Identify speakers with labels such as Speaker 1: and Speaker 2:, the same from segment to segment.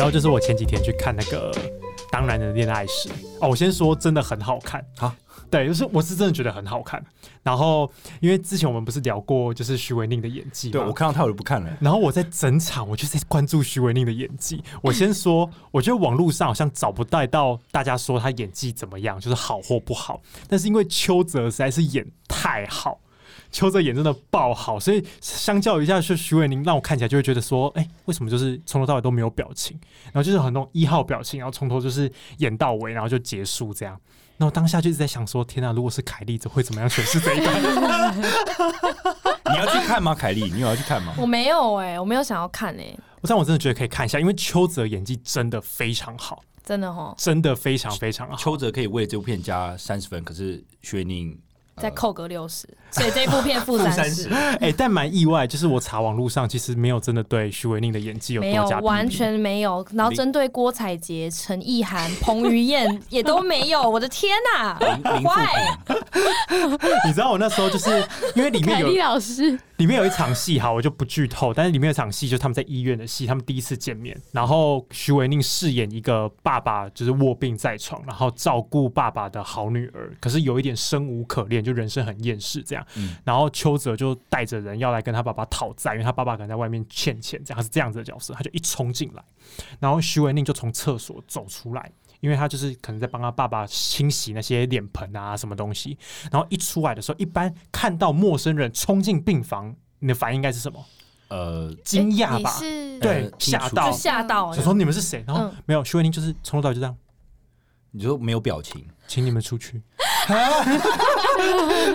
Speaker 1: 后就是我前几天去看那个《当然的恋爱史》哦，我先说真的很好看
Speaker 2: 啊，
Speaker 1: 对，就是我是真的觉得很好看。然后因为之前我们不是聊过就是徐维宁的演技吗？
Speaker 2: 对我看到他我就不看了。
Speaker 1: 然后我在整场，我就在关注徐维宁的演技。我先说， 我觉得网络上好像找不带到大家说他演技怎么样，就是好或不好。但是因为邱泽实在是演太好，邱泽演真的爆好，所以相较于一下，是徐伟宁让我看起来就会觉得说，哎、为什么就是从头到尾都没有表情，然后就是很多一号表情，然后从头就是演到尾，然后就结束这样。那我当下就一直在想说，天啊，如果是凯莉，这会怎么样诠释这一段？
Speaker 2: 你要去看吗，凯莉？你有要去看吗？
Speaker 3: 我没有哎、我没有想要看哎、
Speaker 1: 我但我真的觉得可以看一下，因为邱泽演技真的非常好。
Speaker 3: 真的哦，
Speaker 1: 真的非常非 常好。
Speaker 2: 邱泽可以为这部片加三十分，可是薛宁
Speaker 1: 呃
Speaker 2: 呃
Speaker 3: 再扣个六十，所以这部片负 三十，
Speaker 1: 哎、但蛮意外，就是我查网络上其实没有真的对徐维宁的演技有
Speaker 3: 没
Speaker 1: 多
Speaker 3: 有
Speaker 1: 加批评
Speaker 3: 完。全没有。然后针对郭采洁、陈意 涵、彭于晏也都没有， 我的天呐、
Speaker 2: 零零负评，
Speaker 1: 你知道我那时候就是因为里面
Speaker 4: 凯
Speaker 1: 有
Speaker 4: 莉老师，
Speaker 1: 里面有一场戏，好，我就不剧透，但是里面有一场戏就是他们在医院的戏，他们第一次见面，然后徐维宁饰演一个爸爸，就是卧病在床，然后照顾爸爸的好女儿，可是有一点生无可恋，就人生很厌世这样。
Speaker 2: 嗯
Speaker 1: 然后邱泽就带着人要来跟他爸爸讨债，因为他爸爸可能在外面欠钱，这样他是这样子的角色，他就一冲进来，然后徐维宁就从厕所走出来。因为他就是可能在帮他爸爸清洗那些脸盆啊什么东西，然后一出来的时候，一般看到陌生人冲进病房，你的反应应该是什么？
Speaker 2: 呃，
Speaker 1: 惊讶
Speaker 4: 你
Speaker 1: 吧？
Speaker 4: 是
Speaker 2: 呃
Speaker 1: 对，
Speaker 2: 清楚
Speaker 1: 吓
Speaker 3: 就
Speaker 1: 到，
Speaker 3: 吓到欸
Speaker 1: 想哦
Speaker 3: 了。嗯
Speaker 1: 说你们是谁？然后没有，徐慧宁就是从头到尾就这样，
Speaker 2: 你说没有表情，
Speaker 1: 请你们出 去。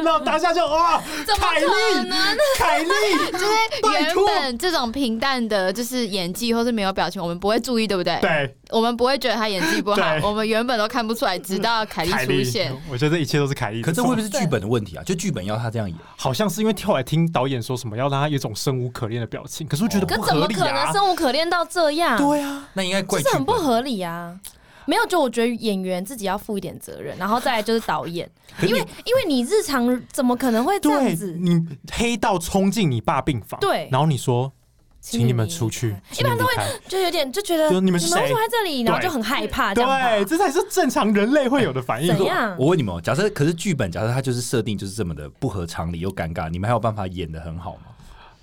Speaker 1: 然后当下就哇，
Speaker 3: 怎么
Speaker 1: 凯
Speaker 3: 可
Speaker 1: 莉，
Speaker 3: 能？
Speaker 1: 凯 莉，
Speaker 4: 就是
Speaker 1: 拜
Speaker 4: 原
Speaker 1: 托
Speaker 4: 本这种平淡的，就是演技或是没有表情，我们不会注意，对不对？，
Speaker 1: 对，
Speaker 4: 我们不会觉得他演技不好
Speaker 1: 对，啊
Speaker 4: 我们原本都看不出来，直 到凯莉
Speaker 1: 凯
Speaker 4: 出
Speaker 1: 莉
Speaker 4: 现。，
Speaker 1: 我觉得这一切都是凯莉的错。
Speaker 2: 可这会不会是剧本的问题啊？就剧本要他这样演，
Speaker 1: 好像是因为后来听导演说什么要让他有一种生无可恋的表情，可是我觉得
Speaker 3: 可
Speaker 1: 不
Speaker 3: 怎
Speaker 1: 合
Speaker 3: 么
Speaker 1: 理
Speaker 3: 可能
Speaker 1: 啊。
Speaker 3: 生无可恋到这样？
Speaker 1: 对啊，
Speaker 2: 那应该怪
Speaker 3: 这
Speaker 2: 剧
Speaker 3: 是很
Speaker 2: 本。
Speaker 3: 不合理啊。没有，就我觉得演员自己要负一点责任，然后再来就是导演，
Speaker 2: 可是
Speaker 3: 因为
Speaker 2: 你
Speaker 3: 因为你日常怎么可能会这
Speaker 1: 对
Speaker 3: 样子？
Speaker 1: 你黑道冲进你爸病房，
Speaker 3: 对
Speaker 1: 然后你说，请你们出去，
Speaker 3: 一
Speaker 1: 请你
Speaker 3: 般
Speaker 1: 们
Speaker 3: 都
Speaker 1: 离
Speaker 3: 会
Speaker 1: 开。
Speaker 3: 就有点就觉得
Speaker 1: 就是你们
Speaker 3: 们为
Speaker 1: 是
Speaker 3: 什么
Speaker 1: 谁
Speaker 3: 在这里，然后
Speaker 1: 对
Speaker 3: 就很害怕这样
Speaker 1: 对，
Speaker 3: 吧？
Speaker 1: 这才是正常人类会有的反应。
Speaker 3: 怎样
Speaker 2: 我？问你们哦，假设可是剧本，假设他就是设定就是这么的不合常理又尴尬，你们还有办法演的很好吗？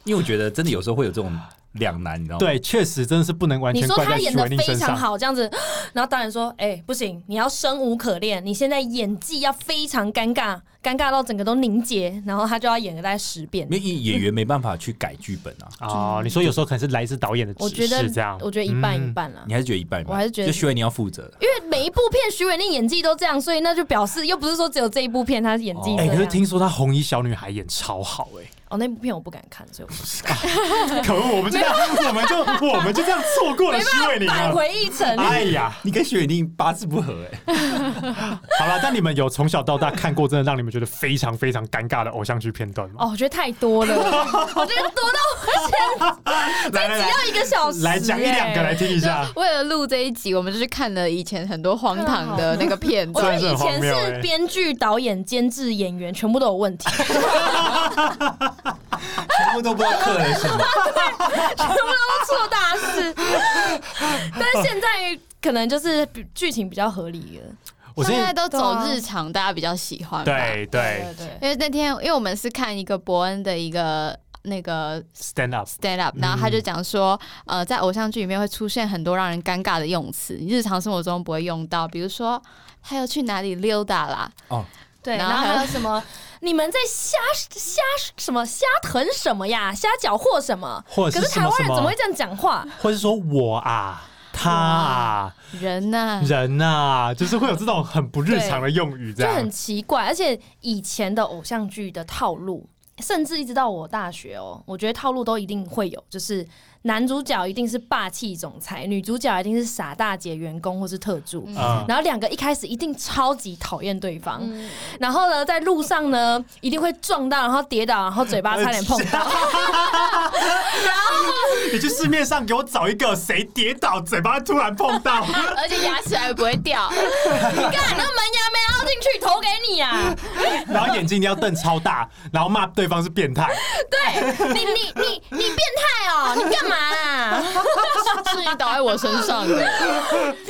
Speaker 2: 因为我觉得真的有时候会有这种两难，你知道吗？
Speaker 1: 对，确实真的是不能完
Speaker 3: 你
Speaker 1: 全
Speaker 3: 说
Speaker 1: 怪
Speaker 3: 他
Speaker 1: 在徐
Speaker 3: 演的
Speaker 1: 维宁
Speaker 3: 非
Speaker 1: 身
Speaker 3: 常
Speaker 1: 上。
Speaker 3: 好，这样子，然后导演说：“哎、不行，你要生无可恋，你现在演技要非常尴尬，尴尬到整个都凝结，然后他就要演个大概十遍。
Speaker 2: 因为演员没办法去改剧本啊，
Speaker 1: 哦，你说有时候可能是来自导演的
Speaker 3: 我
Speaker 1: 指
Speaker 3: 觉得
Speaker 1: 示，这样，。嗯
Speaker 3: 我觉得一半一半啦。
Speaker 2: 你还是觉得一半一半，
Speaker 3: 我还是觉得
Speaker 2: 就徐伟你要负责。
Speaker 3: 因为每一部片徐伟宁演技都这样，所以那就表示又不是说只有这一部片他演技这
Speaker 1: 哎，可是
Speaker 3: 样。
Speaker 1: 听说他红衣小女孩演超好哎，
Speaker 3: 哦，那部片我不敢看，所以我不
Speaker 1: 可恶，我们就这样，我们就我们就这样错过了徐伟宁
Speaker 3: 敢
Speaker 1: 啊！
Speaker 3: 回忆城。
Speaker 1: 哎呀，
Speaker 2: 你跟徐伟宁八字不合哎、
Speaker 1: 好了，但你们有从小到大看过真的让你们觉得非常非常尴尬的偶像剧片段吗？
Speaker 3: 哦，我觉得太多 了，我觉得多到
Speaker 1: 来来来，
Speaker 3: 要一个小时、哎
Speaker 1: 来讲一两个来。听一下。
Speaker 4: 为了录这一集，我们就去看了以前很多荒唐的那个片
Speaker 3: 我觉
Speaker 4: 段。
Speaker 3: 得以
Speaker 1: 真的
Speaker 3: 前
Speaker 1: 很荒谬
Speaker 3: 是
Speaker 1: 欸
Speaker 3: 编剧、导演、监制、演员全部都有问题， 全部
Speaker 2: 全部都不知道客人什么。
Speaker 3: 都出大事。 但是现在可能就是比剧情比较合理了。
Speaker 1: 我
Speaker 4: 现
Speaker 1: 现
Speaker 4: 在
Speaker 1: 在
Speaker 4: 都走
Speaker 3: 对啊
Speaker 4: 日常，大家比较喜欢。，
Speaker 1: 对啊对
Speaker 3: 对，
Speaker 4: 因为那天因为我们是看一个伯恩的一个那个
Speaker 1: ，stand up，
Speaker 4: stand up，
Speaker 1: 嗯
Speaker 4: 然后他就讲说，呃，在偶像剧里面会出现很多让人尴尬的用词，你日常生活中不会用到，比如说他又去哪里溜达啦，
Speaker 2: 哦
Speaker 3: 对，
Speaker 4: 然
Speaker 3: 然
Speaker 4: 后
Speaker 3: 后
Speaker 4: 还有
Speaker 3: 还有什么？你们在瞎瞎什么瞎疼什么呀？瞎搅和什么？
Speaker 1: 或者
Speaker 3: 可
Speaker 1: 是
Speaker 3: 是
Speaker 1: 什
Speaker 3: 台
Speaker 1: 么
Speaker 3: 湾
Speaker 1: 什
Speaker 3: 人怎么
Speaker 1: 么
Speaker 3: 会，这样讲话？
Speaker 1: 或者是说我啊，他啊。
Speaker 4: 人呐、
Speaker 1: 人呐、就是会有这种很不日常的用语，这
Speaker 3: 就
Speaker 1: 样
Speaker 3: 很奇怪。而且以前的偶像剧的套路，甚至一直到我大学哦，我觉得套路都一定会有，就是男主角一定是霸气总裁，女主角一定是傻大姐、员工或是特助。
Speaker 1: 啊、
Speaker 3: 然后两个一开始一定超级讨厌对方，
Speaker 4: 嗯
Speaker 3: 然后呢，在 路上呢一定会撞到，然后跌倒，然后嘴巴差点碰到，
Speaker 1: 你去市面上给我找一个谁跌倒嘴巴突然碰到，
Speaker 4: 啊而且牙齿还不会掉。
Speaker 3: 干，那门牙没凹进去，投给你啊！
Speaker 1: 然后眼睛一定要瞪超大，然后骂对方是变态。
Speaker 3: 对你，你，你，你变态哦！你干嘛啊 啦？
Speaker 4: 是你倒在我身上的，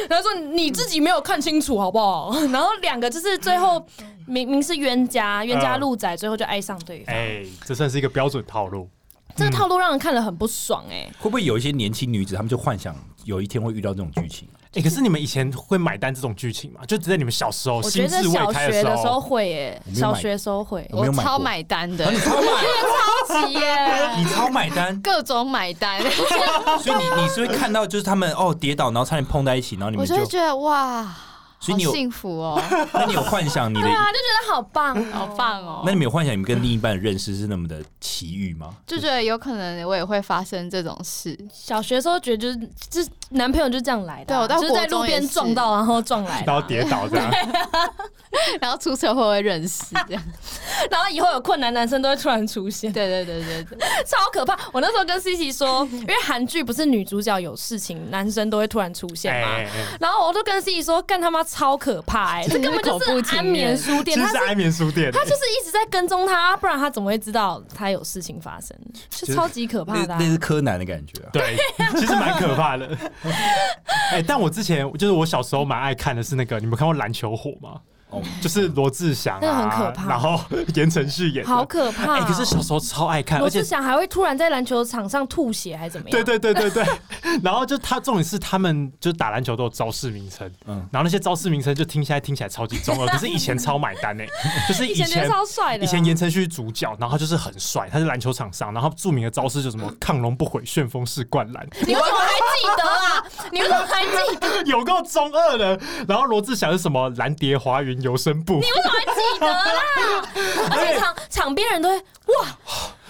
Speaker 3: 他说你自己没有看清楚好不好？ 然后两个就是最后明明是冤家，冤家路窄，最后就爱上对方。
Speaker 1: 哎，这算是一个标准套路。
Speaker 3: 这个套路让人看了很不爽哎。
Speaker 2: 会不会有一些年轻女子，她们就幻想有一天会遇到这种剧情？啊
Speaker 1: 哎，可是你们以前会买单这种剧情吗？就只在你们小时候
Speaker 3: 我
Speaker 1: 心
Speaker 3: 觉得
Speaker 1: 智未
Speaker 3: 小
Speaker 1: 开
Speaker 3: 学的时
Speaker 1: 时
Speaker 3: 候，会哎，
Speaker 2: 我没有买
Speaker 3: 小学时候会。
Speaker 2: 我没
Speaker 4: 我
Speaker 2: 有买过啊
Speaker 4: 超买单的，，
Speaker 2: 哦
Speaker 3: 超级耶！
Speaker 2: 你超买单
Speaker 4: 各种买单，
Speaker 2: 所以你你是会看到就是他们哦跌倒，然后差点碰在一起，然后你
Speaker 4: 我
Speaker 2: 们
Speaker 4: 就
Speaker 2: 就，
Speaker 4: 会觉得哇，
Speaker 2: 所以
Speaker 4: 好
Speaker 2: 你有
Speaker 4: 幸福 哦，
Speaker 2: 那你有幻想你的
Speaker 3: 对，啊，就觉得好棒
Speaker 4: 好
Speaker 3: 哦。
Speaker 4: 棒哦
Speaker 2: 那。你们有幻想你们跟另一半的认识是那么的奇遇吗？
Speaker 4: 就觉得有可能我也会发生这种事，
Speaker 3: 小学的时候觉得就是就是男朋友就这样来的啊，
Speaker 4: 对我到
Speaker 3: 就是在
Speaker 4: 国中
Speaker 3: 路边
Speaker 4: 也是
Speaker 3: 撞到，然后撞来的
Speaker 1: 然
Speaker 3: 啊，
Speaker 1: 后跌倒这 样。
Speaker 4: 然后出车祸会认识，这样，
Speaker 3: 然后以后有困难，男生都会突然出现，
Speaker 4: 对对对对对，
Speaker 3: 超可怕。我那时候跟 C C 说，因为韩剧不是女主角有事情，男生都会突然出现
Speaker 1: 哎
Speaker 3: 嘛。
Speaker 1: 哎，哎
Speaker 3: 然后我就跟 C C 说，干他妈超可怕哎、这根本就是安眠书
Speaker 1: 其
Speaker 3: 店，
Speaker 1: 实
Speaker 3: 他
Speaker 1: 是
Speaker 3: 是
Speaker 1: 安眠书店。
Speaker 3: 他就是一直在跟踪他，不然他怎么会知道他有事情发生？就超级可怕
Speaker 2: 类
Speaker 3: 的啊、
Speaker 2: 类似柯南的感觉啊。
Speaker 1: 对，其实蛮可怕的。 哎、但我之前就是我小时候蛮爱看的是那个，你们看过《篮球火》吗？
Speaker 2: 哦，
Speaker 1: 就是罗志祥、啊，
Speaker 3: 那很可怕
Speaker 1: 然后言承旭演的，
Speaker 3: 好可怕、
Speaker 1: 哎、
Speaker 3: 哦
Speaker 1: 可是小时候超爱看，
Speaker 3: 罗
Speaker 1: 而且
Speaker 3: 志祥还会突然在篮球场上吐血，还怎么样？
Speaker 1: 对对对对 对，然后就他重点是他们就打篮球都有招式名称，嗯
Speaker 2: 嗯，
Speaker 1: 然后那些招式名称就听起来听起来超级 中二，可是以前超买单哎、就是以
Speaker 3: 以前觉得
Speaker 1: 前
Speaker 3: 超帅的啊、
Speaker 1: 以前言承旭是主角，然后他就是很帅，他是篮球场上，然后他著名的招式就什 么亢龙不悔、旋风式灌篮，
Speaker 3: 你为什 么还记得啊？你为什么还记得？
Speaker 1: 有够中二的。然后罗志祥是什么蓝蝶华云游身步，
Speaker 3: 你为什么还记得 啦？
Speaker 1: 哎
Speaker 3: 而且场场边人都会哇，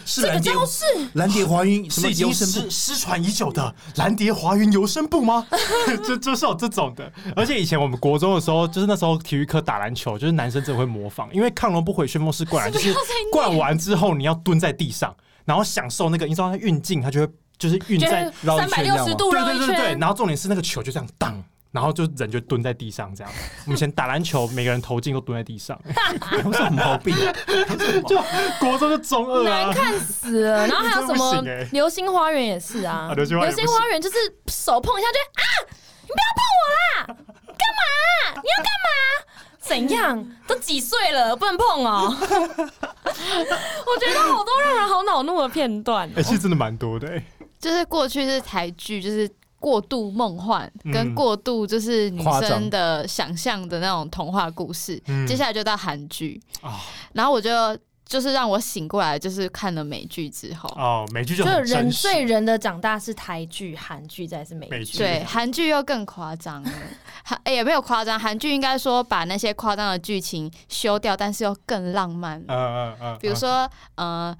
Speaker 2: 是
Speaker 3: 这个
Speaker 2: 蓝蝶
Speaker 3: 招式
Speaker 2: 蓝蝶华云什么
Speaker 1: 是已经
Speaker 2: 游神步
Speaker 1: 失失传已久的蓝蝶华云游身步 吗？就就是有这种的。而且以前我们国中的时候，就是那时候体育课打篮球，就是男生真的会模仿，因为亢龙不悔旋风式灌篮，就是灌完之后你要蹲在地上，然后享受那个，你知道它运镜，它就会就是运
Speaker 3: 觉
Speaker 1: 在
Speaker 3: 得三百六十度
Speaker 1: 对
Speaker 3: 绕
Speaker 1: 对
Speaker 3: 一
Speaker 1: 对对对，
Speaker 3: 圈
Speaker 1: 然，后重点是那个球就这样荡，然后就人就蹲在地上这 样。我们以前打篮球，每个人投进都蹲在地上，
Speaker 2: 有什么毛病啊？
Speaker 1: 就国中就中二
Speaker 3: 难
Speaker 1: 啊。
Speaker 3: 看死了。然后还 有什
Speaker 1: 真
Speaker 3: 么
Speaker 1: 不行欸
Speaker 3: 流星花园也是啊
Speaker 1: 啊，流星花园不行
Speaker 3: 花园就是手碰一下就啊，你不要碰我啦，干嘛？你要干嘛？怎样？都几岁了，不能碰哦！ 我觉得好多让人好恼怒的片段哦
Speaker 1: 哎、。其实真的蛮多的、欸，
Speaker 4: 就是过去是台剧，就是过度梦幻
Speaker 1: 嗯
Speaker 4: 跟过度就是女
Speaker 2: 夸
Speaker 4: 生
Speaker 2: 张
Speaker 4: 的想象的那种童话故事，
Speaker 1: 嗯
Speaker 4: 接下来就到韩剧，
Speaker 1: 啊
Speaker 4: 然后我就就是让我醒过来，就是看了美剧之后。
Speaker 1: 哦，美剧就
Speaker 3: 就
Speaker 1: 很
Speaker 3: 人
Speaker 1: 真实。
Speaker 3: 对人的长大是台剧、韩剧，再是美
Speaker 1: 美
Speaker 3: 剧。
Speaker 1: 剧
Speaker 4: 对，韩剧又更夸张了， 韩、哎也没有夸张，韩剧应该说把那些夸张的剧情修掉，但是又更浪漫。
Speaker 1: 嗯嗯嗯，
Speaker 4: 比如说，呃，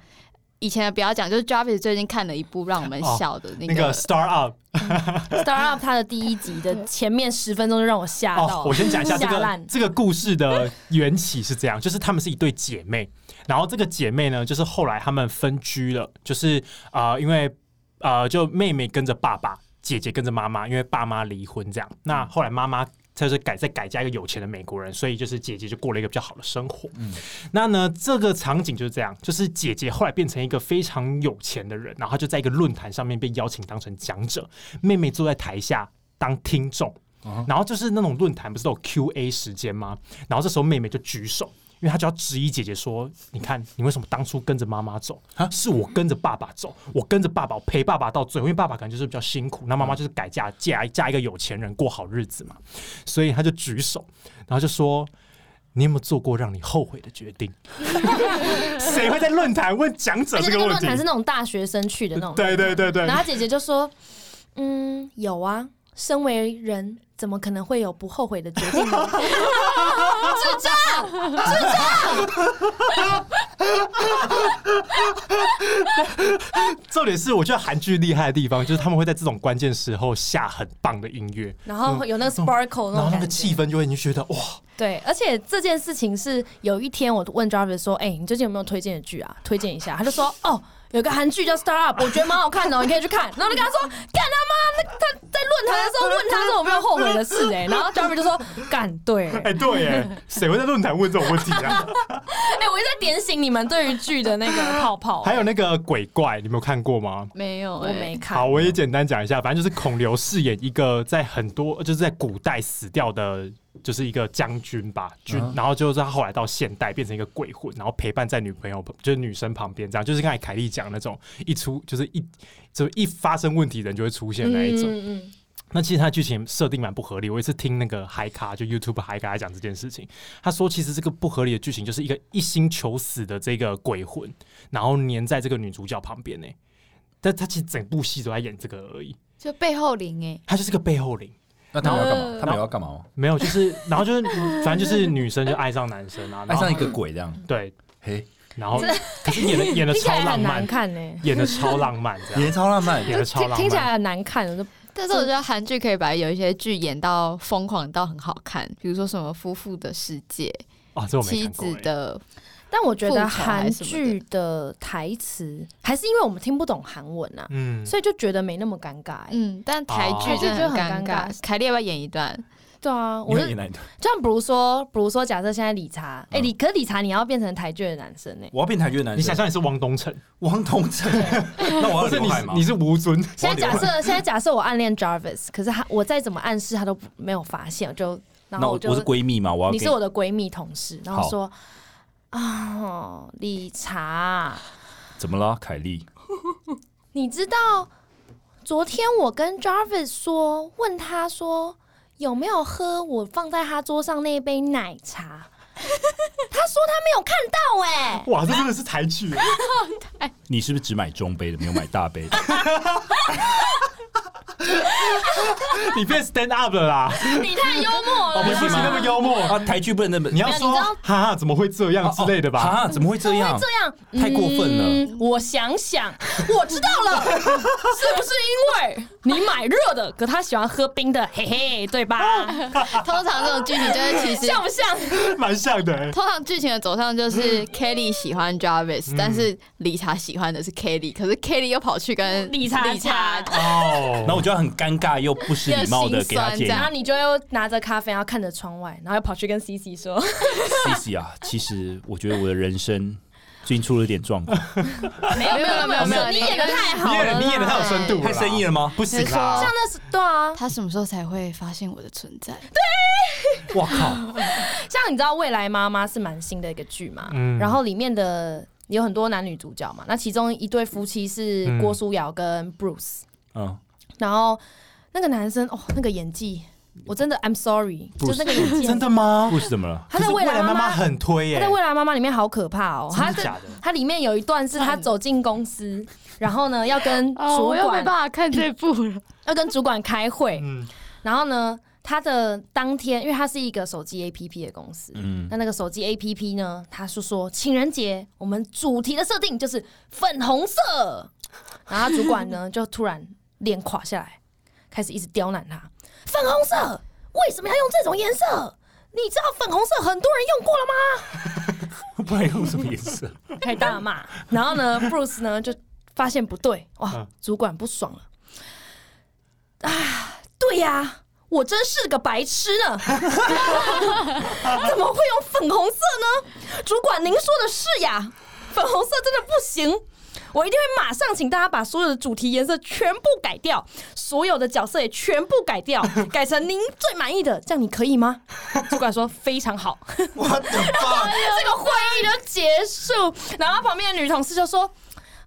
Speaker 4: 以前的不要讲，就是 Jarvis 最近看了一部让我们
Speaker 1: 哦
Speaker 4: 笑的那
Speaker 1: 那
Speaker 4: 个，
Speaker 1: 个 Star Up
Speaker 3: Star Up 它的第一集的前面十分钟就让我吓到
Speaker 1: 哦
Speaker 3: 了，，
Speaker 1: 我先讲一下这
Speaker 3: 吓
Speaker 1: 个
Speaker 3: 烂
Speaker 1: 这个故事的缘起是这样，就是她们是一对姐妹，然后这个姐妹呢，就是后来她们分居了，就是呃，因为呃，就妹妹跟着爸爸，姐姐跟着妈妈，因为爸妈离婚这样。那后来妈妈就是改再改嫁一个有钱的美国人，所以就是姐姐就过了一个比较好的生活。
Speaker 2: 嗯
Speaker 1: 那呢，这个场景就是这样，就是姐姐后来变成一个非常有钱的人，然后她就在一个论坛上面被邀请当成讲者，妹妹坐在台下当听众。
Speaker 2: 嗯
Speaker 1: 然后就是那种论坛不是都有 Q&A 时间吗？然后这时候妹妹就举手，因为她就要质疑姐姐说：“你看，你为什么当初跟着妈妈走？是我跟着爸爸走，我跟着爸爸，我陪爸爸到最后，因为爸爸可能就是比较辛苦，那妈妈就是改嫁嫁嫁一个有钱人过好日子嘛，所以她就举手，然后就说。”你有没有做过让你后悔的决定？谁会在论坛问讲者
Speaker 3: 而且
Speaker 1: 这个
Speaker 3: 那个
Speaker 1: 问
Speaker 3: 论
Speaker 1: 题
Speaker 3: 坛？是那种大学生去的那种，
Speaker 1: 对对对对，
Speaker 3: 然后他姐姐就说：“嗯，有啊，身为人怎么可能会有不后悔的决定 呢？”智障！
Speaker 1: 重点是，我觉得韩剧厉害的地方就是他们会在这种关键时候下很棒的音乐，
Speaker 3: 然后哦有那个 sparkle
Speaker 1: 嗯然后
Speaker 3: 那种
Speaker 1: 那个
Speaker 3: 感
Speaker 1: 气
Speaker 3: 觉。
Speaker 1: 氛就会你就觉得哇，
Speaker 3: 对，而且这件事情是有一天我问 Jarvis 说：“哎、你最近有没有推荐的剧啊？推荐一下。”他就说：“哦，有个韩剧叫《Star Up》，我觉得蛮好看的哦，你可以去看。然后就跟他说，干他妈，那他在论坛的时候问他说我没有后悔的 事哎、然后 Jarvis 就说干对、欸，
Speaker 1: 哎、对，哎，谁会在论坛问这种问题啊？
Speaker 3: 哎、我一直在点醒你们对于剧的那个泡泡。
Speaker 1: 还有那个鬼怪，你们有看过吗？
Speaker 4: 没有、
Speaker 3: 我
Speaker 4: 欸，
Speaker 3: 没哎看
Speaker 1: 好，，我也简单讲一下，反正就是孔刘饰演一个在很多就是在古代死掉的，就是一个将军吧，军，
Speaker 2: 嗯
Speaker 1: 然后就是他后来到现代变成一个鬼魂，然后陪伴在女朋友就是女生旁边，这样就是刚才凯莉讲那种一出就是一就一发生问题人就会出现那一种。
Speaker 3: 嗯嗯
Speaker 1: 那其实它的剧情设定蛮不合理。我一次听那个海卡就 YouTube 海卡在讲这件事情，他说其实这个不合理的剧情就是一个一心求死的这个鬼魂，然后粘在这个女主角旁边呢、欸但他其实整部戏都在演这个而已，
Speaker 4: 就背后灵哎、
Speaker 1: 他就是个背后灵。
Speaker 2: 那他们要干嘛
Speaker 3: 嗯？
Speaker 2: 他们有要干嘛吗？
Speaker 1: 没有，就是，然后就是，反正就是女生就爱上男生啊，
Speaker 2: 爱
Speaker 1: 然后
Speaker 2: 上一个鬼这样？
Speaker 1: 对，
Speaker 2: 嘿，
Speaker 1: 然后可是演的演的
Speaker 3: 听起
Speaker 1: 超
Speaker 3: 来
Speaker 1: 浪
Speaker 3: 很
Speaker 1: 漫
Speaker 3: 难，看哎、
Speaker 1: 演的超浪漫，这
Speaker 2: 演
Speaker 1: 样
Speaker 2: 得超浪漫，
Speaker 1: 演的超
Speaker 3: 听
Speaker 1: 浪
Speaker 3: 听起
Speaker 1: 漫，
Speaker 3: 来很难看，我就
Speaker 4: 但是我
Speaker 3: 嗯
Speaker 4: 觉得韩剧可以把有一些剧演到疯狂到很好看，比如说什么《夫妇的世界
Speaker 1: 啊，这》、我
Speaker 4: 《
Speaker 1: 没
Speaker 4: 妻
Speaker 1: 看过
Speaker 4: 子
Speaker 1: 欸。
Speaker 4: 的
Speaker 3: 但我觉得
Speaker 4: 复仇还
Speaker 3: 韩
Speaker 4: 是什
Speaker 3: 剧
Speaker 4: 么的
Speaker 3: 啊的台词还是因为我们听不懂韩文啊，
Speaker 1: 嗯，
Speaker 3: 所以就觉得没那么尴尬、欸。
Speaker 4: 嗯，但台
Speaker 1: 哦
Speaker 4: 剧真的很尴
Speaker 3: 台剧就很尴
Speaker 4: 尬。凯莉要不要演一段？
Speaker 3: 对啊，
Speaker 2: 你
Speaker 3: 我
Speaker 2: 会
Speaker 3: 就
Speaker 2: 演哪一段？
Speaker 3: 这样，比如说，比如说，假设现在理查，哎、
Speaker 2: 嗯
Speaker 3: 理可是理查你要变成台剧的男生呢、欸？
Speaker 2: 我要变台越南。
Speaker 1: 你想象你是汪东城，
Speaker 2: 王同城？ 那我要
Speaker 1: 或者
Speaker 2: 刘
Speaker 1: 你
Speaker 2: 海
Speaker 1: 是
Speaker 2: 吗？
Speaker 1: 你是吴尊，
Speaker 3: 现在假设，现在假设我暗恋 Jarvis，可是他我再怎么暗示他都没有发现，我就
Speaker 2: 那
Speaker 3: 然后
Speaker 2: 我
Speaker 3: 就
Speaker 2: 我是闺蜜嘛？我要
Speaker 3: 你是
Speaker 2: 给
Speaker 3: 我的闺蜜同事，然后
Speaker 2: 好
Speaker 3: 说啊，理查，啊
Speaker 2: 怎么了，凯莉？
Speaker 3: 你知道昨天我跟 Jarvis 说，问他说有没有喝我放在他桌上那一杯奶茶， 他说他没有看到哎、
Speaker 1: 哇，这真的是台剧，欸
Speaker 2: 你是不是只买中杯的，没有买大 杯？
Speaker 1: 你变 stand up 了啦，
Speaker 3: 你太幽默
Speaker 2: 哦
Speaker 1: 我们不行那么幽默，
Speaker 2: 啊，台剧不能那么
Speaker 1: 你要
Speaker 3: 没有
Speaker 1: 说
Speaker 3: 你知道
Speaker 1: 哈哈怎么会这样之类的吧？
Speaker 2: 啊，怎么会这样？
Speaker 3: 这样
Speaker 2: 太过分了
Speaker 3: 嗯我想想，我知道了， 是不是因为你买热的，可他喜欢喝冰的，嘿嘿，对吧？
Speaker 4: 通常这种剧情就是 其实
Speaker 3: 哦像不像？
Speaker 1: 蛮像的欸，
Speaker 4: 通常剧情的走向就是
Speaker 3: 嗯
Speaker 4: Kelly 喜欢 Jarvis，、但是理查喜欢的是 Kelly，可是 Kelly 又跑去跟
Speaker 3: 理查
Speaker 4: 理查
Speaker 1: 哦
Speaker 2: 然后我就要很尴尬又不失礼貌的给他建
Speaker 4: 又心酸这
Speaker 2: 议
Speaker 4: 样
Speaker 3: 然后你就又拿着咖啡，然后看着窗外，然后又跑去跟 CC 说，
Speaker 2: ：“C C 啊，其实我觉得我的人生最近出了点状况，
Speaker 3: 没有没有没有没有，你演的太好
Speaker 1: 你
Speaker 3: 了啦，
Speaker 1: 演你演的太有深度了啦，
Speaker 2: 太生硬了吗？
Speaker 1: 不行啦
Speaker 3: 像，那是对啊，
Speaker 4: 他什么时候才会发现我的存在？
Speaker 2: 我靠，
Speaker 3: 像你知道《未来妈妈》是蛮新的一个剧嘛，
Speaker 1: 嗯
Speaker 3: 然后里面的有很多男女主角嘛，那其中一对夫妻是
Speaker 1: 嗯
Speaker 3: 郭书瑶跟 Bruce，、
Speaker 2: 嗯，
Speaker 3: 然后那个男生哦，那个演技，我真的 I'm sorry，就是那个演技啊
Speaker 1: 真的吗？
Speaker 2: 故事怎么了？
Speaker 3: 他在
Speaker 1: 可是
Speaker 3: 未
Speaker 1: 未
Speaker 3: 来
Speaker 1: 来妈
Speaker 3: 妈妈欸
Speaker 1: 妈很推耶
Speaker 3: 他在，《未来妈妈》里面好可怕哦，
Speaker 1: 真
Speaker 3: 他
Speaker 1: 的
Speaker 3: 在
Speaker 1: 假的？
Speaker 3: 他里面有一段是他走进公司，然后呢要跟
Speaker 4: 哦
Speaker 3: 主管、
Speaker 4: 法看这部了。
Speaker 3: 要跟主管开会，
Speaker 1: 嗯，
Speaker 3: 然后呢他的当天，因为他是一个手机 APP 的公司，
Speaker 2: 嗯，
Speaker 3: 那那个手机 APP 呢？他是说情人节我们主题的设定就是粉红色，然后他主管呢就突然脸垮下来，开始一直刁难他：粉红色为什么要用这种颜色？你知道粉红色很多人用过了吗？
Speaker 2: 不然用什么颜色？
Speaker 3: 开始大骂。然后呢，Bruce 呢就发现不对，哇
Speaker 1: 嗯，
Speaker 3: 主管不爽了。啊，对呀、我真是个白痴呢，怎么会用粉红色呢？主管，您说的是呀，粉红色真的不行。我一定会马上请大家把所有的主题颜色全部改掉，所有的角色也全部改掉，改成您最满意的，这样你可以吗？主管说非常好。
Speaker 2: 我的妈！
Speaker 3: 这个会议就结束，然后旁边的女同事就说：“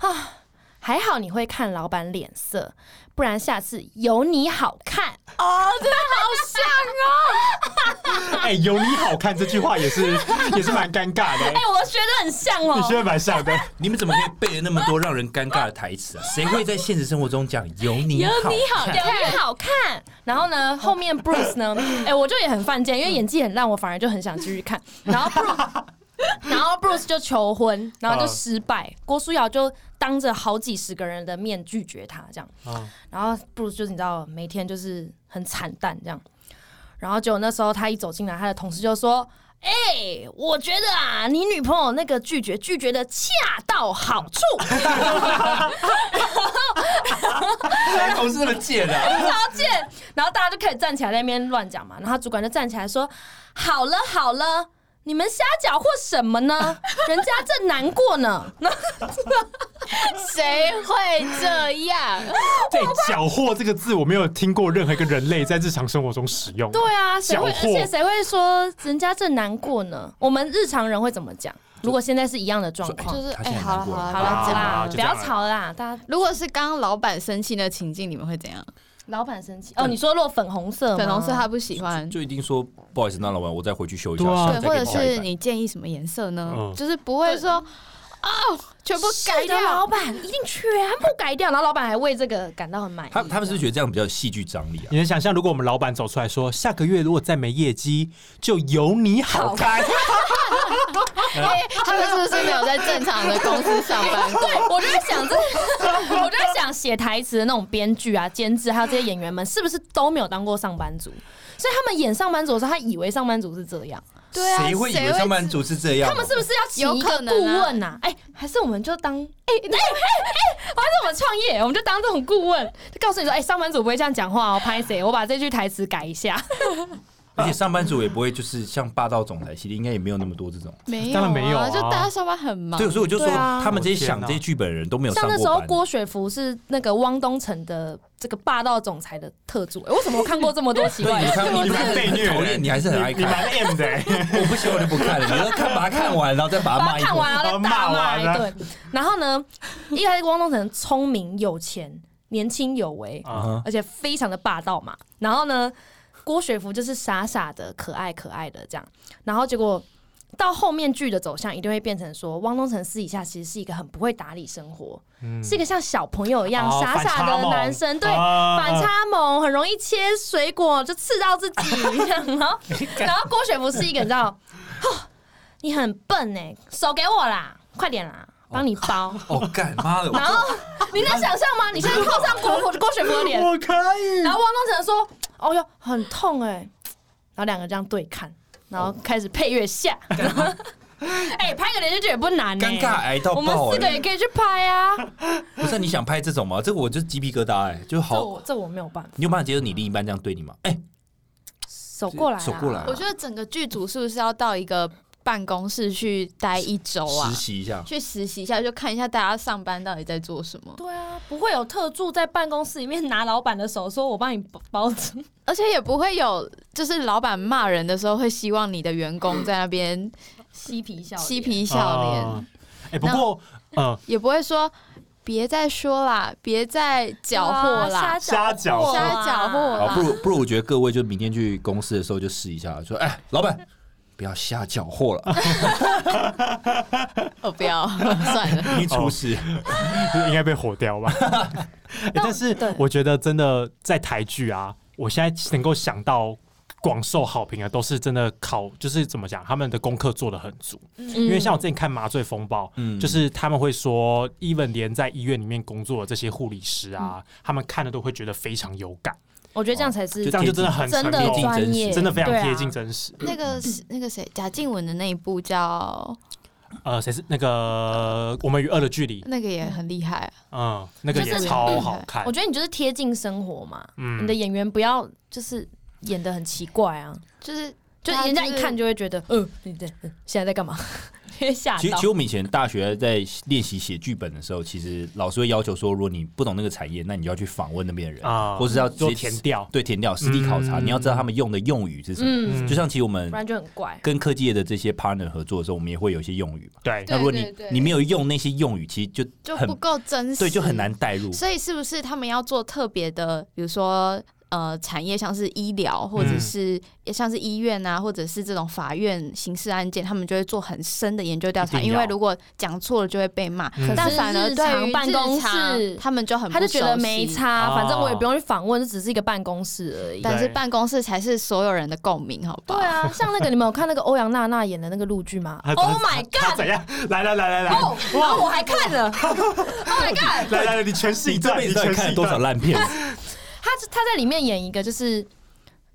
Speaker 3: 啊，还好你会看老板脸色，不然下次有你好看。”哦，真的好像哦，
Speaker 1: 哎，有你好看这句话也是也是蛮尴尬的
Speaker 3: 哎、
Speaker 1: 欸，
Speaker 3: 我学的很像
Speaker 1: 你
Speaker 3: 哦
Speaker 1: 学。得蛮像的，
Speaker 2: 你们怎么可以背了那么多让人尴尬的台词啊？谁会在现实生活中讲有你好？
Speaker 3: 好，有你好看。然后呢，后面 Bruce 呢，哎、我就也很犯贱，因为演技很烂，我反而就很想继续看。然后 Bruce，然后 Bruce 就求婚，然后就失败。郭书瑶就当着好几十个人的面拒绝他，这样。
Speaker 1: 嗯
Speaker 3: 然后 Bruce 就是你知道，每天就是很惨淡这样。然后结果那时候他一走进来，他的同事就说：“哎、哎、我觉得啊，你女朋友那个拒绝拒绝的恰到好处，
Speaker 2: 男同事那么贱啊！
Speaker 3: 超贱。然后大家就开始站起来在那边乱讲嘛。然后主管就站起来说：“好了好了，你们瞎搅和什么 呢？人家正难过呢。”
Speaker 4: 谁
Speaker 3: 哦
Speaker 4: 会这样？
Speaker 1: 对“缴获”这个字，我没有听过任何一个人类在日常生活中使用。
Speaker 3: 对啊，谁会？
Speaker 1: 缴
Speaker 3: 而
Speaker 1: 获
Speaker 3: 且谁会说人家正难过呢？我们日常人会怎么讲？如果现在是一样的状况
Speaker 4: 就，是
Speaker 2: 他
Speaker 4: 哎、
Speaker 2: 现在
Speaker 4: 好
Speaker 2: 难
Speaker 4: 了
Speaker 2: 过了
Speaker 4: 好了，
Speaker 3: 好
Speaker 4: 不
Speaker 1: 好
Speaker 3: 啦，
Speaker 4: 要这
Speaker 3: 好
Speaker 4: 样。
Speaker 3: 啦，
Speaker 1: 就
Speaker 3: 不
Speaker 1: 这样
Speaker 3: 要吵了啦，大家
Speaker 4: 如果是刚刚老板生气的情境，你们会怎样？
Speaker 3: 老板生气哦。你说落粉红色吗，
Speaker 4: 粉红色他不喜欢，
Speaker 2: 就一定说不好意思，那老板，我再回去修一下
Speaker 1: 对啊，
Speaker 4: 对，
Speaker 2: 再给
Speaker 4: 或
Speaker 2: 你加一
Speaker 4: 者是
Speaker 2: 百
Speaker 4: 你建议什么颜色呢？
Speaker 1: 嗯
Speaker 4: 就是不会说哦，全部改
Speaker 3: 是的
Speaker 4: 掉
Speaker 3: 老。板一定全部改掉，然后老板还为这个感到很满意。
Speaker 2: 他他们是觉得这样比较有戏剧张力啊。
Speaker 1: 你能想象，如果我们老板走出来说，下个月如果再没业绩，就由你好看。
Speaker 4: 哎他们是不是没有在正常的公司上 班过？
Speaker 3: 对，我就在想，这我就在想写台词的那种编剧啊、监制，还有这些演员们，是不是都没有当过上班族？所以他们演上班族的时候，他以为上班族是这样，
Speaker 4: 对啊，
Speaker 2: 谁会以为上班族是这样？啊
Speaker 3: 他们是不是要请一
Speaker 4: 有可
Speaker 3: 个
Speaker 4: 能啊
Speaker 3: 顾问呐、啊？哎、还是我们就当哎哎哎哎，还是我们创业，我们就当这种顾问，就告诉你说，哎、上班族不会这样讲话哦，拍谁？我把这句台词改 一下。
Speaker 2: 而且上班族也不会就是像霸道总裁系列，应该也没有那么多这种。
Speaker 4: 没有、
Speaker 1: 当然没有啊
Speaker 4: 就大家上班很忙
Speaker 2: 对，。所以我就说，
Speaker 3: 对啊
Speaker 2: 他们这些
Speaker 1: 我天
Speaker 2: 想
Speaker 1: 哪
Speaker 2: 这些剧本的人都没有上
Speaker 3: 像那时
Speaker 2: 过
Speaker 3: 候
Speaker 2: 班。
Speaker 3: 郭雪芙是那个汪东城的这个霸道总裁的特助，哎、为什么我看过这么多奇怪
Speaker 2: 对，
Speaker 3: 的
Speaker 2: 你？看过，
Speaker 1: 你
Speaker 2: 你
Speaker 1: 蛮被虐的
Speaker 2: 讨厌，你还是很爱
Speaker 1: 你蛮
Speaker 2: 看。
Speaker 1: M 的、欸，
Speaker 2: 我不喜欢我就不看了，你要看把它看完，然后再把它
Speaker 3: 把
Speaker 2: 骂
Speaker 3: 他
Speaker 2: 一
Speaker 3: 看
Speaker 2: 顿。
Speaker 3: 完，啊然后再大骂一顿。然后呢，一开始汪东城聪明有钱，年轻有为，
Speaker 1: 啊，
Speaker 3: 而且非常的霸道嘛。然后呢，郭雪芙就是傻傻的、可爱可爱的这样。然后结果到后面剧的走向，一定会变成说，汪东城私底下其实是一个很不会打理生活，
Speaker 1: 嗯
Speaker 3: 是一个像小朋友一样、
Speaker 1: 哦
Speaker 3: 傻傻的男生，对。反
Speaker 1: 反
Speaker 3: 差萌很容易切水果就刺到自己，这样然后然后郭雪芙是一个你知道，哦你很笨哎、手给我啦，快点啦，帮你包。
Speaker 2: 哦，干妈的！
Speaker 3: 然后你能想象吗？你现在套上郭郭雪芙的脸，
Speaker 1: 我可
Speaker 4: 嗯
Speaker 1: 以。
Speaker 3: 然后汪东城说：“哦哟，很痛哎、然后两个这样对看，然后开始配乐下。然后
Speaker 4: 哦
Speaker 3: 哎、拍个连续剧也不难、欸，
Speaker 2: 尴尬癌到
Speaker 3: 我们
Speaker 2: 爆
Speaker 3: 四个
Speaker 2: 哎！
Speaker 3: 也可以去拍啊。
Speaker 2: 不是你想拍这种吗？这个我就鸡皮疙瘩哎，就
Speaker 3: 这
Speaker 2: 好
Speaker 3: 我。这我没有办法，
Speaker 2: 你有办法接受你另一半这样对你吗？哎，
Speaker 3: 手过来、啊，
Speaker 2: 手过来啊
Speaker 4: 我觉得整个剧组是不是要到一个办公室去待一周啊
Speaker 2: 实？习一下，
Speaker 4: 去实习一下，就看一下大家上班到底在做什么，
Speaker 3: 对啊，不会有特助在办公室里面拿老板的手，说我帮你包包子。
Speaker 4: 而且也不会有，就是老板骂人的时候会希望你的员工在那边
Speaker 3: 嬉皮笑脸
Speaker 4: 嬉皮笑脸，
Speaker 1: 啊哎、不过，嗯，
Speaker 4: 也不会说别再说啦，别再搅和
Speaker 3: 对啊
Speaker 4: 啦，
Speaker 1: 瞎搅和
Speaker 4: 瞎搅和
Speaker 1: 啊
Speaker 2: 好，不
Speaker 4: 啦。
Speaker 2: 如不如，我觉得各位就明天去公司的时候就试一下，说哎，老板不要瞎搅和
Speaker 1: 啊
Speaker 2: 了，
Speaker 4: 哦，不 要算了。
Speaker 2: 一定出事。
Speaker 1: 呃应该被火掉 吧？哎但是
Speaker 3: 对
Speaker 1: 我觉得真的在台剧啊，我现在能够想到广受好评的，都是真的考，就是怎么讲，他们的功课做的很足。因为像
Speaker 3: 嗯
Speaker 1: 我之前看《麻醉风暴》，
Speaker 2: 嗯
Speaker 1: 就是他们会说，even 连在医院里面工作的这些护理师啊，
Speaker 3: 嗯
Speaker 1: 他们看了都会觉得非常有感，
Speaker 3: 我觉得这样才是
Speaker 1: 这样就真的很
Speaker 3: 真
Speaker 1: 成
Speaker 3: 的
Speaker 1: 功
Speaker 3: 专业，
Speaker 1: 真的非常
Speaker 3: 对啊
Speaker 1: 贴近真实。
Speaker 4: 那个是那个谁，贾静雯的那一部叫
Speaker 1: 呃，谁是那个《我们与恶的距离》？
Speaker 4: 那个也很厉害、啊，
Speaker 1: 嗯，那个
Speaker 3: 就
Speaker 1: 也
Speaker 3: 是嗯
Speaker 1: 超好看
Speaker 3: 我。觉得你就是贴近生活嘛，
Speaker 1: 嗯
Speaker 3: 你的演员不要就是演的很奇怪啊，
Speaker 4: 就是
Speaker 3: 就
Speaker 4: 大家
Speaker 3: 人家一
Speaker 4: 是
Speaker 3: 看就会觉得，嗯、你在、嗯现在在干嘛？ 因为吓
Speaker 2: 其实，
Speaker 3: 到
Speaker 2: 其实。我们以前大学在练习写剧本的时候，其实老师会要求说，如果你不懂那个产业，那你就要去访问那边的人，
Speaker 1: 啊
Speaker 2: 或者要直接
Speaker 1: 做填掉
Speaker 2: 对填掉实地考察，
Speaker 1: 嗯
Speaker 2: 你要知道他们用的用语是什么。
Speaker 3: 嗯，
Speaker 1: 嗯
Speaker 2: 就像其实我们
Speaker 3: 不然就很怪。
Speaker 2: 跟科技业的这些 partner 合作的时候，我们也会有一些用语嘛。
Speaker 1: 对，
Speaker 4: 对
Speaker 2: 那如果你
Speaker 4: 对对
Speaker 2: 你没有用那些用语，其实就
Speaker 4: 就
Speaker 2: 很
Speaker 4: 不够真实，
Speaker 2: 对，就很难。带入。
Speaker 4: 所以是不是他们要做特别的，比如说呃产业，像是医疗，或者是、
Speaker 2: 嗯
Speaker 4: 像是医院啊，或者是这种法院刑事案件，他们就会做很深的研究调查，
Speaker 1: 一定
Speaker 4: 因
Speaker 1: 要
Speaker 4: 为如果讲错了就会被骂。
Speaker 1: 嗯
Speaker 4: 但反而对于
Speaker 3: 日常办公室
Speaker 4: 日常他们就很不
Speaker 3: 他就觉得
Speaker 4: 熟悉
Speaker 3: 没。差，
Speaker 1: 哦
Speaker 3: 反正我也不用去访问，这只是一个办公室而已。
Speaker 4: 但是
Speaker 1: 对
Speaker 4: 办公室才是所有人的共鸣，好不
Speaker 3: 对
Speaker 4: 好？
Speaker 3: 啊，像那个你们有看那个欧阳娜娜演的那个陆剧吗
Speaker 1: 他
Speaker 3: ？Oh my
Speaker 1: 他他
Speaker 3: god！
Speaker 1: 怎样？来来来来来，
Speaker 3: 哦，然后我还看了，Oh my god！
Speaker 1: 来来来，你全是一
Speaker 2: 这
Speaker 1: 段，
Speaker 2: 辈
Speaker 1: 你
Speaker 2: 子到底
Speaker 1: 全
Speaker 2: 看
Speaker 1: 是
Speaker 2: 了
Speaker 1: 一
Speaker 2: 多少
Speaker 1: 段。
Speaker 2: 烂片？
Speaker 3: 他他在里面演一个就是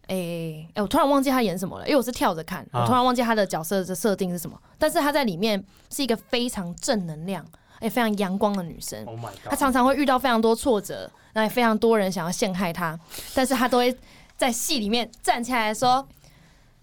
Speaker 3: 诶、哎、我突然忘记他演什么了，因为我是跳着看，
Speaker 1: 啊
Speaker 3: 我突然忘记他的角色的设定是什么。但是他在里面是一个非常正能量，哎、非常阳光的女生。
Speaker 1: Oh my god！
Speaker 3: 她常常会遇到非常多挫折，那也非常多人想要陷害她，但是她都会在戏里面站起来说：“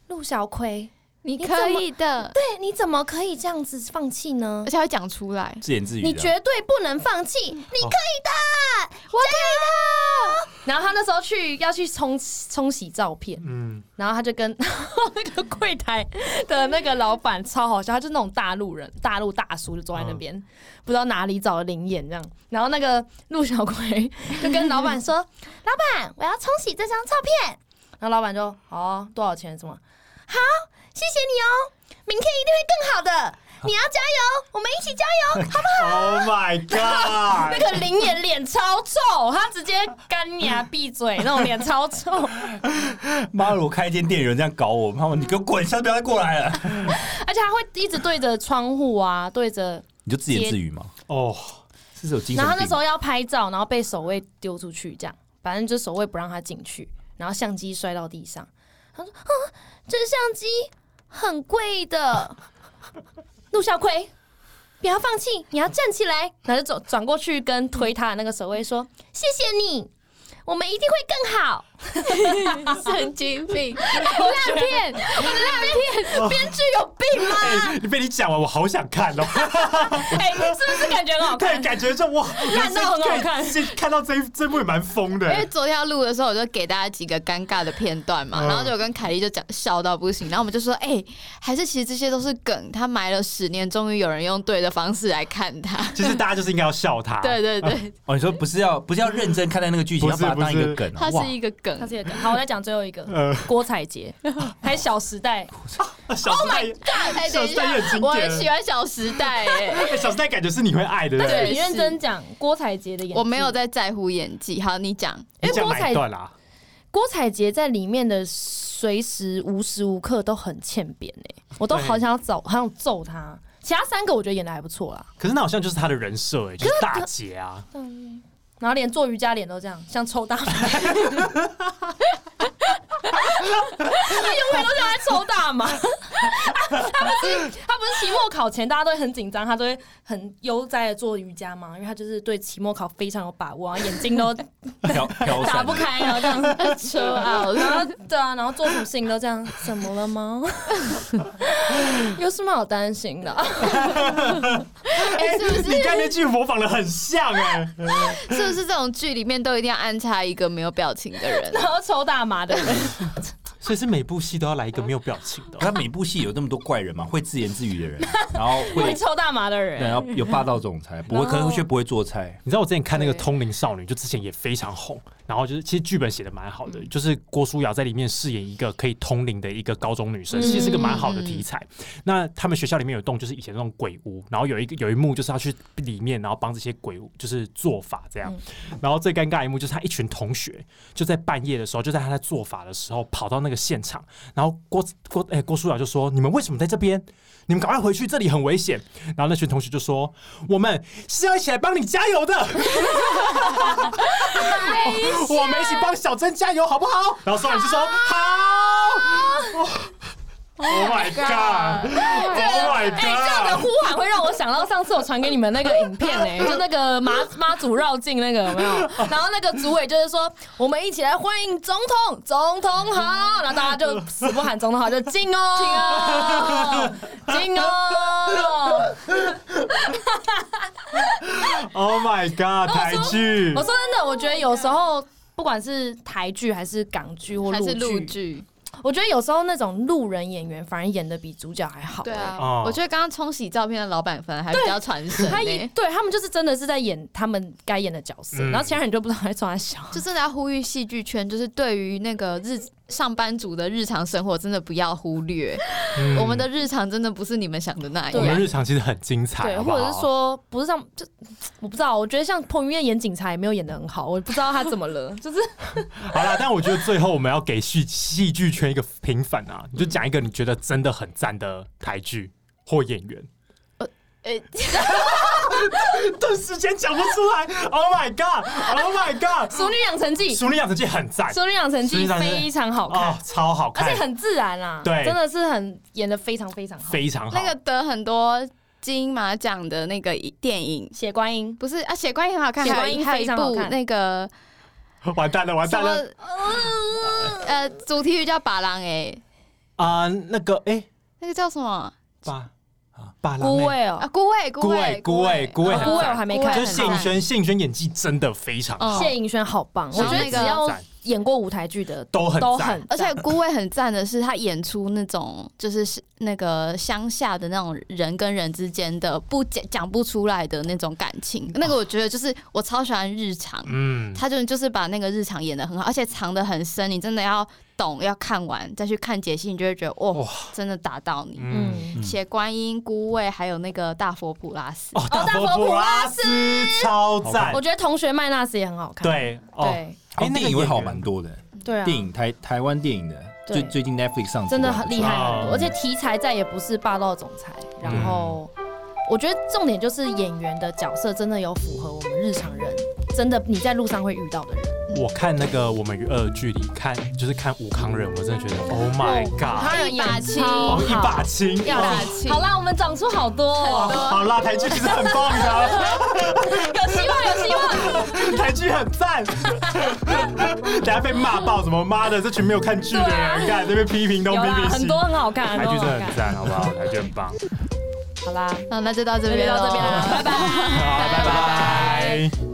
Speaker 3: 陆小葵，
Speaker 4: 你
Speaker 3: 你
Speaker 4: 可
Speaker 3: 怎么
Speaker 4: 以的，
Speaker 3: 哎，你怎么可以这样子放弃呢
Speaker 4: 而？且会讲出来。
Speaker 2: 自言自语的。
Speaker 3: 你绝对不能放弃，你可以的，我可以的。”然后她那时候去要去冲冲洗照片，
Speaker 1: 嗯，
Speaker 3: 然后他就跟 那个柜台的那个老板超好笑，他就那种大陆人、大陆大叔就坐在那边，不知道哪里找的灵眼这样。然后那个陆小葵就跟老板说：“ 老板，我要冲洗这张照片。”然后老板就：“哦，多少钱？什么？好，谢谢你哦，明天一定会更好的。”你要加油，我们一起加油！
Speaker 1: Oh my god！
Speaker 3: 那个灵眼脸超臭，他直接干牙闭嘴，那种脸超臭。
Speaker 2: 妈的，我开一间店有人这样搞我，妈妈你给我滚，下次不要再过来了。
Speaker 3: 而且他会一直对着窗户啊，对着，
Speaker 2: 你就自言自语吗？
Speaker 1: 哦，
Speaker 2: 这是有精神
Speaker 3: 然后他那
Speaker 2: 病
Speaker 3: 时 候要拍照，然后被守卫丢出去，这样，反正就守卫不让他进去，然后相机摔到地上，他说：“啊，这相机很贵的， 陆小葵，不要放弃，你要站起来。”然后就转转过去跟推他的那个守卫说：“谢谢你。”我们一定会更好。
Speaker 4: 神经病，
Speaker 3: 烂片，烂片，编剧有
Speaker 2: 哦
Speaker 3: 病吗？
Speaker 1: 哎，被你讲完，我好想 看哦。
Speaker 3: 哎、是不是感觉很好
Speaker 1: 对，
Speaker 3: 看？
Speaker 1: 感觉就哇，
Speaker 3: 烂到很好看
Speaker 1: 人生可以看到这一这部也蛮疯的
Speaker 4: 因。为昨天要录的时候，我就给大家几个尴尬的片段嘛，
Speaker 1: 嗯
Speaker 4: 然后就有跟凯莉就讲笑到不行，然后我们就说，哎、还是其实这些都是梗，他埋了十年，终于有人用对的方式来看 他。
Speaker 1: 其实大家就是应该要笑他。
Speaker 4: 对对对，
Speaker 2: 哦，你说不是要不是要认真看待那个剧情，
Speaker 1: 不
Speaker 2: 要
Speaker 1: 是
Speaker 2: 把它当一
Speaker 1: 不
Speaker 2: 个
Speaker 1: 是
Speaker 2: 梗啊
Speaker 4: 它？
Speaker 2: 哇
Speaker 4: 是，一个梗
Speaker 3: 他，是有梗好，我再讲最后一个，
Speaker 1: 呃，
Speaker 3: 郭采洁，还有《小时代》。
Speaker 1: 小时代，
Speaker 4: 哎，等一下
Speaker 1: 小时代也很经典，
Speaker 4: 我很喜欢《小时代、哎，
Speaker 1: 哎小时代感觉是你会爱的。对不对
Speaker 3: 但是你认真讲郭采洁的演技，
Speaker 4: 我没有在在乎演技。好，你讲，
Speaker 1: 你
Speaker 3: 因为
Speaker 1: 讲
Speaker 3: 郭
Speaker 1: 哪
Speaker 3: 采
Speaker 1: 一段啊啦？
Speaker 3: 郭采洁在里面的随时无时无刻都很欠扁哎、我都
Speaker 1: 对
Speaker 3: 好想要找，好想揍他。其他三个我觉得演的还不错啦，
Speaker 1: 可是那好像就是他的人设哎，就是大姐啊，
Speaker 3: 然后连做瑜伽脸都这样，像抽大麻， 他永远都像在抽大麻。他不是他不是期末考前大家都会很紧张，他都会很悠哉的做瑜伽嘛，因为他就是对期末考非常有把握，然后眼睛都
Speaker 2: 飘飘
Speaker 3: 打
Speaker 2: 散
Speaker 3: 不开，然后这样
Speaker 4: 车啊，
Speaker 3: 然后对啊，然后做什么事情都这样，怎么了吗？ 有什么好担心的？
Speaker 4: 哎，是不
Speaker 1: 你
Speaker 4: 是？
Speaker 1: 看那句模仿的很像哎。
Speaker 4: 是不是这种剧里面都一定要安插一个没有表情的人？
Speaker 3: 然后抽大麻的人，
Speaker 1: 所以是每部戏都要来一个没有表情的哦、
Speaker 2: 他每部戏有那么多怪人嘛，会自言自语的 人，然后
Speaker 3: 会
Speaker 2: 会
Speaker 3: 抽大麻的
Speaker 2: 对，然
Speaker 3: 人，
Speaker 2: 后有霸道总裁，不会，
Speaker 3: 然
Speaker 2: 可
Speaker 3: 后
Speaker 2: 是却不会做菜。
Speaker 1: 你知道我之前看那个《
Speaker 4: 对
Speaker 1: 通灵少女》，就之前也非常红，然后就是其实剧本写的蛮好的，
Speaker 4: 嗯
Speaker 1: 就是郭书瑶在里面饰演一个可以通灵的一个高中女生，
Speaker 3: 嗯
Speaker 1: 其实是个蛮好的题材。那他们学校里面有一栋就是以前那种鬼屋，然后有一个有一幕就是要去里面，然后帮这些鬼屋就是做法这样。
Speaker 3: 嗯
Speaker 1: 然后最尴尬一幕就是他一群同学就在半夜的时候，就在他在做法的时候跑到那个现场，然后郭郭哎、郭书瑶就说：“你们为什么在这边？你们赶快回去，这里很危险。”然后那群同学就说：“我们是要一起来帮你加 油的，我们一起帮小珍加油，好不好？”然后所有人就说：“好。哇” Oh my god! Oh my
Speaker 3: 哎，这样的
Speaker 1: god!
Speaker 3: 呼喊会让我想到上次我传给你们那个影片哎、就那个妈妈祖绕境那个有没有？然后那个组委就是说，我们一起来欢迎总统，总统好，然后大家就死不喊总统好，就进哦，进哦。
Speaker 1: Oh my god! 台剧
Speaker 3: 我，说真的，我觉得有时候不管是台剧还是港剧 或
Speaker 4: 还是
Speaker 3: 陆
Speaker 4: 录
Speaker 3: 剧，
Speaker 4: 剧？
Speaker 3: 我觉得有时候那种路人演员反而演的比主角还好、
Speaker 4: 对啊，
Speaker 1: 哦
Speaker 4: 我觉得刚刚冲洗照片的老板反而还比较传神、
Speaker 3: 欸。他也
Speaker 4: 欸。
Speaker 3: 对他们就是真的是在演他们该演的角色，
Speaker 1: 嗯
Speaker 3: 然后其他人就不知道在抓小。
Speaker 4: 就真的要呼吁戏剧圈，就是对于那个日上班族的日常生活，真的不要忽略。
Speaker 1: 嗯
Speaker 4: 我们的日常真的不是你们想的那
Speaker 1: 我们
Speaker 4: 样。
Speaker 1: 日常其实很精彩，
Speaker 3: 对，
Speaker 1: 好不
Speaker 3: 或
Speaker 1: 好
Speaker 3: 者是说不是像就我不知道，我觉得像彭于晏演警察也没有演的很好，我不知道他怎么 了，就是
Speaker 1: 好啦，但我觉得最后我们要给戏戏剧圈一个平反啊！
Speaker 3: 嗯
Speaker 1: 你就讲一个你觉得真的很赞的台剧或演员。
Speaker 4: 呃，
Speaker 1: 顿时间讲不出来。Oh my god！Oh my god！
Speaker 3: 《熟女养成记》
Speaker 1: 《
Speaker 3: 《
Speaker 1: 熟女养成记》很赞
Speaker 3: 熟女养成
Speaker 1: 啊熟女
Speaker 3: 记
Speaker 1: 养》成记
Speaker 3: 非常好看
Speaker 1: 哦，，超好
Speaker 3: 而
Speaker 1: 看，
Speaker 3: 且很自然啦，
Speaker 1: 对
Speaker 3: 真的是很演的非常非常好。
Speaker 1: 非常好。
Speaker 4: 那个得很多金马奖的那个电影，
Speaker 3: 血观音，
Speaker 4: 不是啊？血观音很好看，
Speaker 3: 血
Speaker 4: 还
Speaker 3: 观
Speaker 4: 有
Speaker 3: 音
Speaker 4: 一还有
Speaker 3: 非
Speaker 4: 一
Speaker 3: 常好
Speaker 4: 部
Speaker 3: 看
Speaker 4: 那个
Speaker 1: 啊完蛋了，完
Speaker 4: 什
Speaker 1: 蛋
Speaker 4: 么
Speaker 1: 了
Speaker 4: 呃主题曲叫《把郎》哎，
Speaker 1: 啊、那个哎，
Speaker 4: 那个叫什么
Speaker 1: 把啊把郎
Speaker 3: 孤
Speaker 1: 妹，
Speaker 3: 味
Speaker 4: 啊？
Speaker 3: 哦，
Speaker 4: 孤味，孤
Speaker 1: 味
Speaker 4: 味，
Speaker 1: 孤味孤味
Speaker 4: 哦
Speaker 1: 很
Speaker 4: 孤味
Speaker 1: 赞
Speaker 4: 我还没
Speaker 3: 孤味
Speaker 4: 看，
Speaker 1: 就是
Speaker 3: 很
Speaker 1: 谢颖轩，谢颖轩演技真的非常好，
Speaker 4: 嗯
Speaker 3: 谢颖轩好棒，我
Speaker 4: 然
Speaker 3: 觉
Speaker 4: 后
Speaker 3: 得
Speaker 4: 那
Speaker 3: 只
Speaker 4: 个
Speaker 3: 要
Speaker 1: 赞
Speaker 3: 演过舞台剧的
Speaker 1: 都很
Speaker 3: 都
Speaker 1: 赞
Speaker 3: 很赞，
Speaker 4: 而且孤味很赞的是，他演出那种就是是那个乡下的那种人跟人之间的不讲讲不出来的那种感情，那个我觉得就是我超喜欢日常，
Speaker 1: 嗯，
Speaker 4: 他就就是把那个日常演的很好，而且藏的很深，你真的要懂要看完再去看解析，你就会觉得哇，
Speaker 1: 哇
Speaker 4: 真的打到你。
Speaker 1: 嗯。
Speaker 3: 嗯，
Speaker 4: 写观音、孤味，还有那个大佛普拉斯，
Speaker 1: 哦，大
Speaker 3: 大
Speaker 1: 佛
Speaker 3: 佛
Speaker 1: 普
Speaker 3: 普
Speaker 1: 拉
Speaker 3: 拉
Speaker 1: 斯超赞
Speaker 3: 我，觉得《同学麦纳斯》也很好看，
Speaker 1: 对哦，哎、
Speaker 3: 对
Speaker 1: 那
Speaker 2: 哎，电
Speaker 1: 个
Speaker 2: 影会好
Speaker 1: 演员
Speaker 2: 蛮多的，
Speaker 3: 对啊，
Speaker 2: 电影台台湾电影的，最
Speaker 3: 对
Speaker 2: 最近 Netflix 上
Speaker 3: 真的很厉害
Speaker 1: 哦
Speaker 3: 很多，而且题材再也不是霸道总裁，然后我觉得重点就是演员的角色真的有符合我们日常人，真的你在路上会遇到的人。
Speaker 1: 我看那个《我们与恶的距离》，看就是看武康人，我真的觉得 Oh my
Speaker 3: 哦他
Speaker 1: God，
Speaker 3: 人演得超
Speaker 1: 哦
Speaker 3: 好
Speaker 1: 一把青，
Speaker 3: 要
Speaker 1: 哇
Speaker 3: 啦
Speaker 4: 气
Speaker 3: 好啦，我们长出好多、
Speaker 1: 哇
Speaker 3: 哦，
Speaker 1: 好啦，台剧其实很棒的，
Speaker 3: 有希望，有希望。
Speaker 1: 台剧很赞。 等下被骂爆，什么妈的，这群没有看剧的人，看这边批评东
Speaker 3: 啊有
Speaker 1: 批
Speaker 3: 啦，
Speaker 1: 评
Speaker 3: 很
Speaker 1: 西，
Speaker 3: 多很好看，很
Speaker 1: 台
Speaker 3: 多
Speaker 1: 剧
Speaker 3: 很
Speaker 1: 真的
Speaker 3: 好
Speaker 1: 很
Speaker 3: 看。
Speaker 1: 赞，好不好？台剧很棒。
Speaker 3: 好啦，
Speaker 4: 那那就到这
Speaker 3: 这边
Speaker 4: 边
Speaker 3: 到
Speaker 4: 咯
Speaker 3: 这边啦，拜拜。
Speaker 1: 好，拜拜。